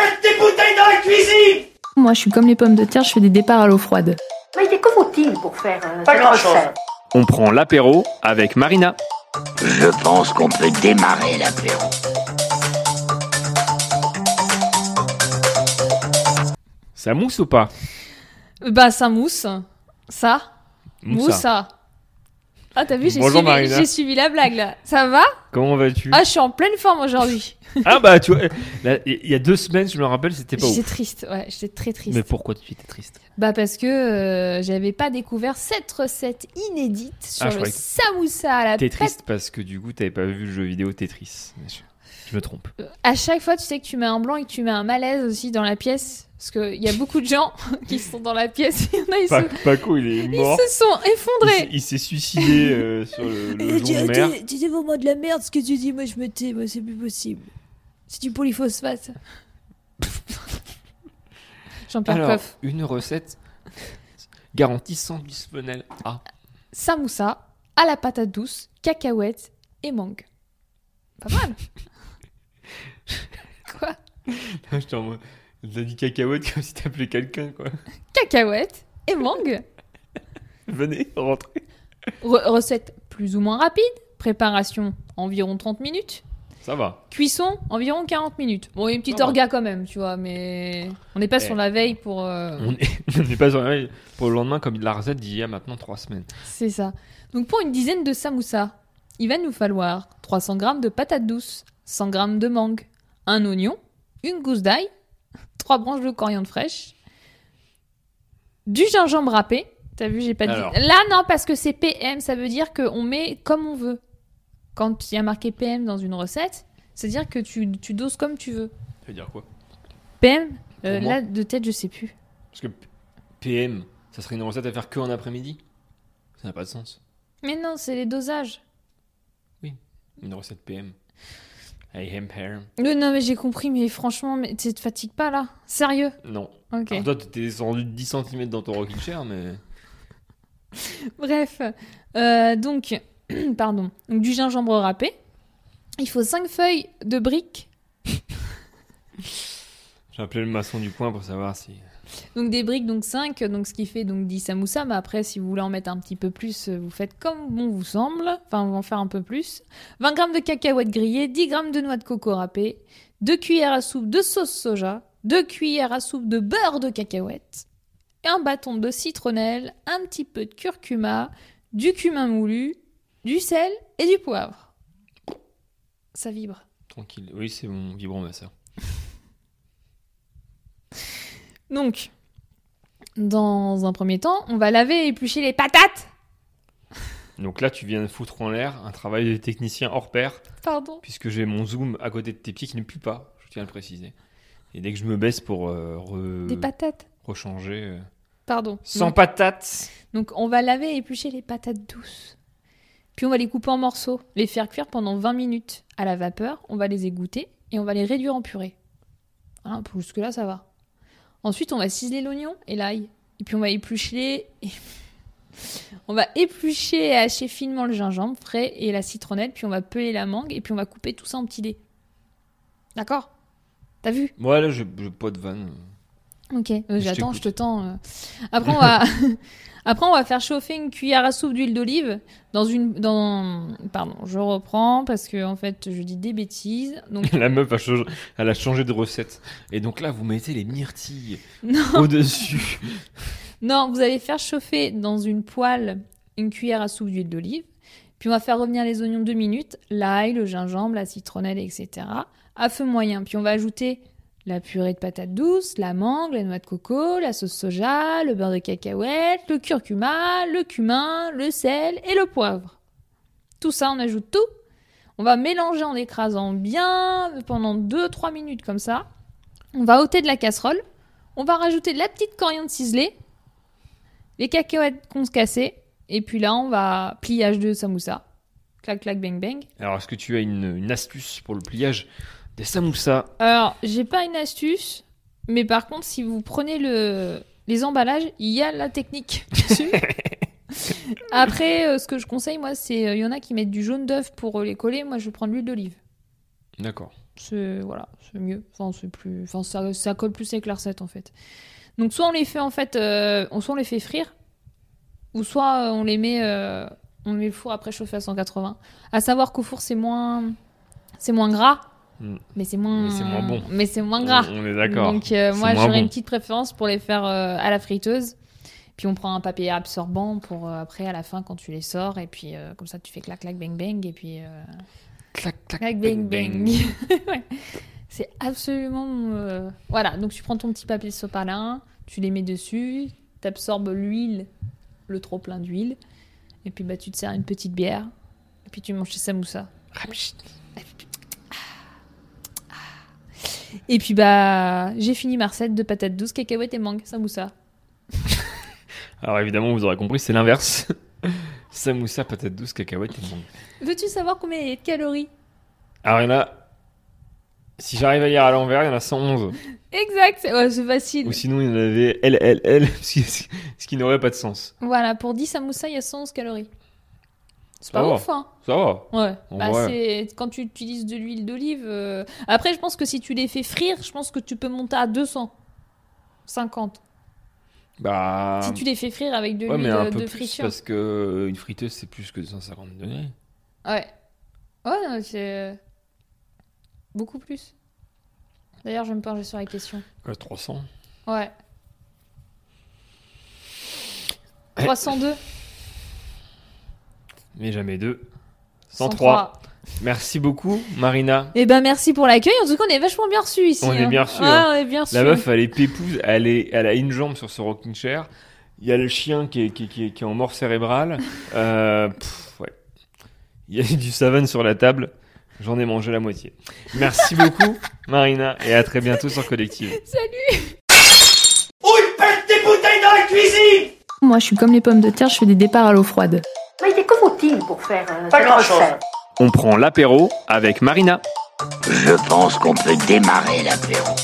allez dans la cuisine Moi, je suis comme les pommes de terre, je fais des départs à l'eau froide. Mais que faut-il pour faire euh, Pas cette grand-chose. recette On prend l'apéro avec Marina. Je pense qu'on peut démarrer l'apéro. Ça mousse ou pas Bah, ça mousse. Ça Moussa. Ah, t'as vu, j'ai Bonjour, suivi, Marina. j'ai suivi la blague là. Ça va Comment vas-tu Ah, je suis en pleine forme aujourd'hui. Ah bah tu vois, là, il y a deux semaines, je me rappelle, c'était pas J'étais ouf. triste, ouais, j'étais très triste. Mais pourquoi tu étais triste Bah, parce que euh, j'avais pas découvert cette recette inédite sur Ah, je le croyais que samoussa à la T'es pâte. triste parce que du coup, t'avais pas vu le jeu vidéo Tetris. Je, je me trompe. À chaque fois, tu sais que tu mets un blanc et que tu mets un malaise aussi dans la pièce. Parce qu'il y a beaucoup de gens qui sont dans la pièce. Il y en a, ils, se, Paco, il est ils se sont effondrés. s'est suicidé euh, sur le, tu dis vraiment de la merde ce que tu dis. Moi, je me tais. Moi, c'est plus possible. C'est du polyphosphate. Jean-Pierre Alors, Coff. une recette garantie sans bisphenol A. Samoussa à la patate douce, cacahuètes et mangue. Pas mal. quoi J'étais en mode, t'as dit cacahuète comme si t'appelais quelqu'un, quoi. Cacahuètes et mangue. Venez, rentrez. Re- recette plus ou moins rapide. Préparation environ 30 minutes. Ça va. Cuisson environ 40 minutes. Bon, il y a une petite Ah ouais. orga quand même, tu vois, mais on n'est pas Eh. sur la veille pour. euh, On est- on n'est pas sur la veille pour le lendemain comme la recette d'il y a maintenant trois semaines. C'est ça. Donc pour une dizaine de samoussas, il va nous falloir 300 g de patates douces, 100 g de mangue, un oignon, une gousse d'ail, trois branches de coriandre fraîche, du gingembre râpé. T'as vu, j'ai pas Alors. dit. Là, non, parce que c'est PM, ça veut dire qu'on met comme on veut. Quand il y a marqué PM dans une recette, c'est-à-dire que tu, tu doses comme tu veux. Ça veut dire quoi PM, euh, Pour moi. là, de tête, je sais plus. Parce que P- PM, ça serait une recette à faire que en après-midi Ça n'a pas de sens. Mais non, c'est les dosages. Une recette PM. I am PM. Euh, Non, mais j'ai compris, mais franchement, mais tu te fatigues pas là Sérieux Non. Ok. Alors toi, t'es descendu de 10 cm dans ton rocking chair, mais. Bref, euh, donc, pardon, donc du gingembre râpé. Il faut 5 feuilles de briques. J'ai appelé le maçon du coin pour savoir si. Donc des briques, donc 5, donc ce qui fait donc 10 samoussas. Mais après, si vous voulez en mettre un petit peu plus, euh, vous faites comme bon vous semble. Enfin, vous en faire un peu plus. 20 grammes de cacahuètes grillées, 10 grammes de noix de coco râpée, 2 cuillères à soupe de sauce soja, 2 cuillères à soupe de beurre de cacahuète, un bâton de citronnelle, un petit peu de curcuma, du cumin moulu, du sel et du poivre. Ça vibre. Tranquille. Oui, c'est mon vibromasseur. Donc, dans un premier temps, on va laver et éplucher les patates. Donc là, tu viens de foutre en l'air un travail de technicien hors pair, Pardon. puisque j'ai mon zoom à côté de tes pieds qui ne pue pas, je tiens à le préciser. Et dès que je me baisse pour euh, re- Des patates. rechanger. euh, Pardon. Sans Donc- patates Donc, on va laver et éplucher les patates douces. Puis on va les couper en morceaux, les faire cuire pendant 20 minutes à la vapeur, on va les égoutter et on va les réduire en purée. Voilà, pour jusque-là, ça va. Ensuite, on va ciseler l'oignon et l'ail. Et puis on va éplucher... on va éplucher et hacher finement le gingembre frais et la citronnelle, puis on va peler la mangue et puis on va couper tout ça en petits dés. D'accord T'as vu Moi, là, je je- pas de vanne. Ok, euh, Je j'attends, je te t'écoute. tends. euh. Après, on va... Après, on va faire chauffer une cuillère à soupe d'huile d'olive dans une... Dans... Pardon, je reprends parce que, en fait, je dis des bêtises. Donc, La meuf, a changé- elle a changé de recette. Et donc là, vous mettez les myrtilles non, au-dessus. non, vous allez faire chauffer dans une poêle une cuillère à soupe d'huile d'olive. Puis, on va faire revenir les oignons deux minutes, l'ail, le gingembre, la citronnelle, etc. à feu moyen. Puis, on va ajouter la purée de patates douces, la mangue, la noix de coco, la sauce soja, le beurre de cacahuète, le curcuma, le cumin, le sel et le poivre. Tout ça, on ajoute tout. On va mélanger en écrasant bien pendant 2-3 minutes comme ça. On va ôter de la casserole. On va rajouter de la petite coriandre ciselée, les cacahuètes qu'on se cassait. Et puis là, on va pliage de samoussa. Clac, clac, bang, bang. Alors, est-ce que tu as une, une astuce pour le pliage des samoussas Alors, j'ai pas une astuce, mais par contre, si vous prenez le... les emballages, il y a la technique dessus. Après, euh, ce que je conseille, moi, c'est. euh, Il y en a qui mettent du jaune d'œuf pour euh, les coller. Moi, je prends de l'huile d'olive. D'accord. c'est voilà, c'est mieux. Enfin, c'est plus, enfin, ça, ça colle plus avec la recette en fait. Donc soit on les fait en fait, euh, on- soit on les fait frire, ou soit euh, on les met, euh, on met le four après chauffé à 180. À savoir qu'au four c'est moins, c'est moins gras, Mm. mais c'est moins, Mais c'est moins bon. mais c'est moins gras. On, on est d'accord. Donc euh, C'est moi moins j'aurais bon. une petite préférence pour les faire euh, à la friteuse. Puis on prend un papier absorbant pour euh, après à la fin quand tu les sors et puis euh, comme ça tu fais clac clac bang bang et puis euh, Clac, clac, clac bang bang. Ouais. C'est absolument euh, voilà donc tu prends ton petit papier sopalin, tu les mets dessus, t'absorbes l'huile, le trop plein d'huile et puis bah tu te sers une petite bière et puis tu manges tes samoussas. Et puis bah j'ai fini ma recette de patates douces, cacahuètes et mangue, samoussa. Alors évidemment, vous aurez compris, c'est l'inverse. Samoussa, patate douce, cacahuète et mangue. Veux-tu savoir combien il y a de calories Alors il y en a. Si j'arrive à lire à l'envers, il y en a 111. Exact, c'est- ouais, c'est facile. Ou sinon, il y en avait LLL, ce qui, ce qui n'aurait pas de sens. Voilà, pour 10 samoussas, il y a 111 calories. C'est Ça pas va. ouf, hein Ça va. Ouais. En Bah, vrai. c'est- Quand tu utilises de l'huile d'olive... euh, Après, je pense que si tu les fais frire, je pense que tu peux monter à 250. Bah. Si tu les fais frire avec de ouais, mais l'huile un euh, peu de plus friture. parce que euh, une friteuse c'est plus que 250 degrés. Ouais. Ouais, non, c'est... euh, Beaucoup plus. D'ailleurs, je vais me pencher sur la question. Euh, 300. Ouais. 302 Mais jamais deux. 103. Merci beaucoup, Marina. Eh ben merci pour l'accueil. En tout cas, on est vachement bien reçus ici. On est hein. bien reçus, Ouais, hein. on est bien reçus. La meuf, elle est pépouse, elle, est, elle a une jambe sur ce rocking chair. Il y a le chien qui est, qui, est- qui est- qui est en mort cérébrale. Euh, pff, ouais. Il y a du savane sur la table. J'en ai mangé la moitié. Merci beaucoup, Marina, et à très bientôt sur Collective. Moi, je suis comme les pommes de terre, je fais des départs à l'eau froide. Mais que faut-il pour faire euh, cette grand-chose. recette On prend l'apéro avec Marina. Je pense qu'on peut démarrer l'apéro.